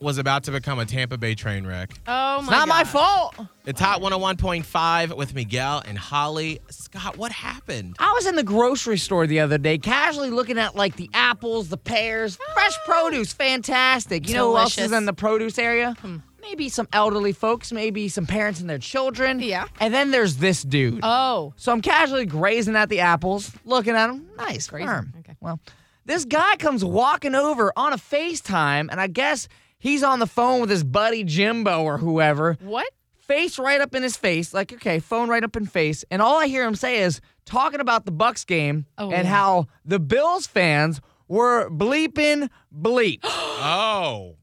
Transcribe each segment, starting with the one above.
was about to become a Tampa Bay train wreck. Oh my Not my fault. It's Hot 101.5 with Miguel and Holly. Scott, what happened? I was in the grocery store the other day, casually looking at like the apples, the pears, fresh produce. Fantastic. You know who else is Ah. Delicious. Hmm. in the produce area? Maybe some elderly folks, maybe some parents and their children. Yeah. And then there's this dude. Oh. So I'm casually grazing at the apples, looking at them. Nice, firm. Okay. Well, this guy comes walking over on a FaceTime, and I guess he's on the phone with his buddy Jimbo or whoever. What? Face right up in his face, like okay, phone right up in face, and all I hear him say is talking about the Bucks game Oh, and yeah. how the Bills fans were bleeping bleep. Oh.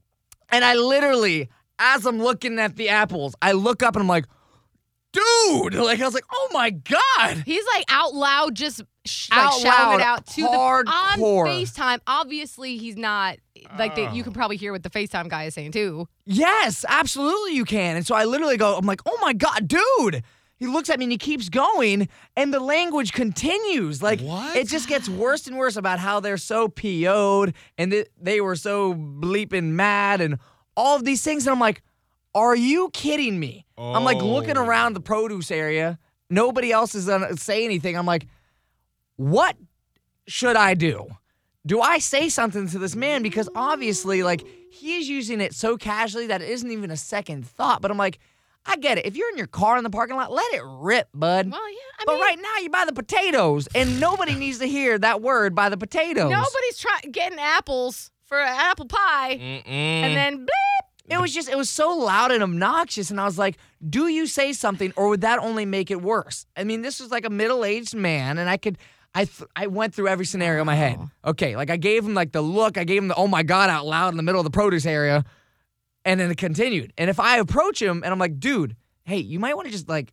And I literally, as I'm looking at the apples, I look up and I'm like, dude, like I was like, oh my god. He's like out loud, just sh- Out like shouting loud, it out to the on hardcore. FaceTime. Obviously, he's not like that. Oh. You can probably hear what the FaceTime guy is saying too. Yes, absolutely you can. And so I literally go, I'm like, oh my God, dude. He looks at me and he keeps going, and the language continues. Like What? it just gets worse and worse about how they're so PO'd and that they were so bleeping mad and all of these things. And I'm like, are you kidding me? I'm like looking Oh. around the produce area. Nobody else is gonna say anything. I'm like, what should I do? Do I say something to this man? Because obviously, like, he is using it so casually that it isn't even a second thought. But I'm like, I get it. If you're in your car in the parking lot, let it rip, bud. Well, yeah. I but mean, right now, you buy the potatoes, and nobody needs to hear that word by the potatoes. nobody's trying getting apples for an apple pie, Mm-mm. Mm-hmm. and then bleep. It was just, it was so loud and obnoxious. And I was like, do you say something or would that only make it worse? I mean, this was like a middle aged man, and I could. I, th- I went through every scenario in my head. Okay, like I gave him like the look, I gave him the oh my god out loud in the middle of the produce area, and then it continued. And if I approach him and I'm like, dude, hey, you might want to just like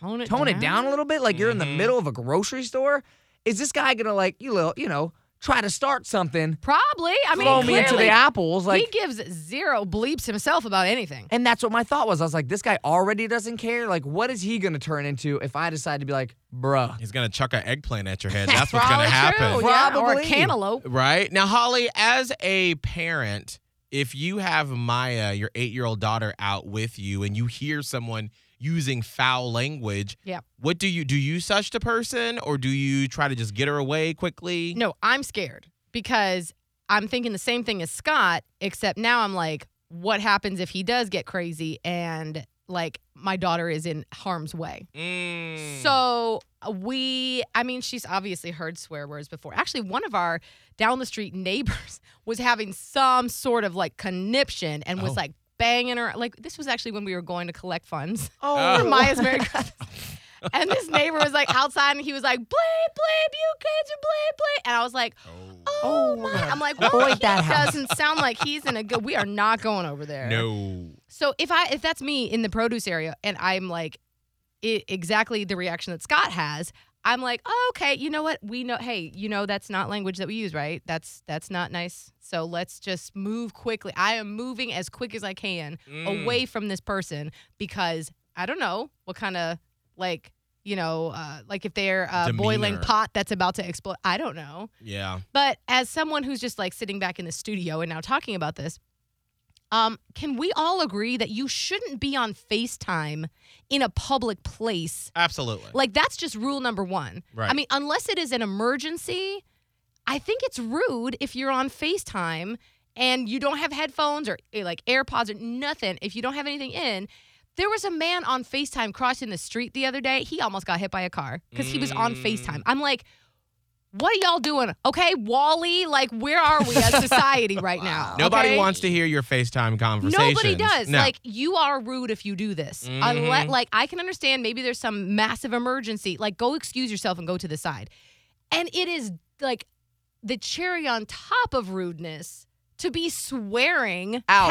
Tone it. Mm-hmm. tone it down a little bit, like you're in the middle of a grocery store. Is this guy gonna like you know you know try to start something, Probably. I mean, throw me clearly, into the apples? Like he gives zero bleeps himself about anything. and that's what my thought was. I was like, this guy already doesn't care. Like, what is he going to turn into if I decide to be like, bruh? He's going to chuck an eggplant at your head. That's what's going to Probably happen. True, yeah, Probably. Or cantaloupe. Right? Now, Holly, as a parent, if you have Maya, your eight year old daughter, out with you and you hear someone using foul language, Yeah. what do you do? You such the person or do you try to just get her away quickly? No, I'm scared because I'm thinking the same thing as Scott, except now I'm like, what happens if he does get crazy and like my daughter is in harm's way? Mm. So uh, we, I mean, she's obviously heard swear words before. Actually, one of our down the street neighbors was having some sort of like conniption and was Oh. like banging her. Like this was actually when we were going to collect funds Oh. for Maya's Merry Christmas. And this neighbor was like outside and he was like, bleep, bleep, you kids are bleep, bleep. And I was like, Oh. oh, Oh, my. I'm like, avoid well, he that house. doesn't sound like he's in a good, we are not going over there. Oh. No. So if I if that's me in the produce area and I'm like i exactly the reaction that Scott has, I'm like, oh, okay, you know what? We know hey, you know that's not language that we use, right? That's that's not nice. So let's just move quickly. I am moving as quick as I can Mm. away from this person because I don't know what kind of like you know, uh, like if they're a boiling Demeanor. pot that's about to explode. I don't know. Yeah. But as someone who's just like sitting back in the studio and now talking about this, um, can we all agree that you shouldn't be on FaceTime in a public place? Absolutely. Like that's just rule number one. Right. I mean, unless it is an emergency, I think it's rude if you're on FaceTime and you don't have headphones or eh, like AirPods or nothing. If you don't have anything in, there was a man on FaceTime crossing the street the other day. He almost got hit by a car because he was on Mm. FaceTime. I'm like, what are y'all doing? Okay, Wally, like where are we as society right now? Nobody okay? wants to hear your FaceTime conversation. Nobody does. Like you are rude if you do this. Unless, Mm-hmm. like I can understand maybe there's some massive emergency. Like go excuse yourself and go to the side. And it is like the cherry on top of rudeness to be swearing Out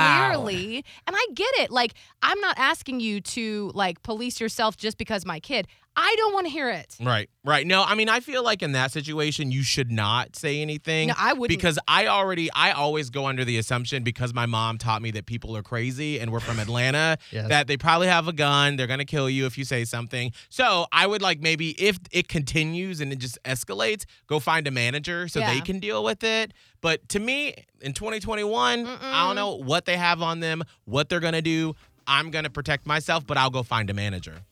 cavalierly. And I get it. Like, I'm not asking you to like police yourself just because my kid. I don't want to hear it. Right, right. No, I mean, I feel like in that situation, you should not say anything. No, I wouldn't. Because I already, I always go under the assumption because my mom taught me that people are crazy and we're from Atlanta, Yes. that they probably have a gun. They're going to kill you if you say something. So I would like maybe if it continues and it just escalates, go find a manager so they Yeah. can deal with it. But to me, in 2021, I don't know what they have on them, what they're going to do. I'm going to protect myself, but I'll go find a manager.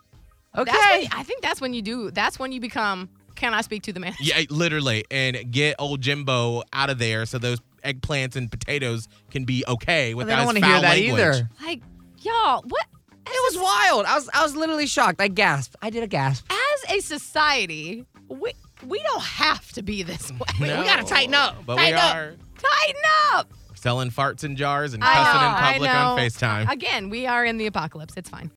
Okay. That's when- I think that's when you do. That's when you become. Can I speak to the man? Yeah, literally. And get old Jimbo out of there so those eggplants and potatoes can be okay But without they don't his want to foul hear that language. either. Like, y'all, what? It was wild. I was I was literally shocked. I gasped. I did a gasp. as a society, we we don't have to be this way. No. We gotta tighten up. But we tighten up. are. Tighten up. Selling farts in jars and I cussing know, in I public on know. FaceTime. Again, we are in the apocalypse. It's fine.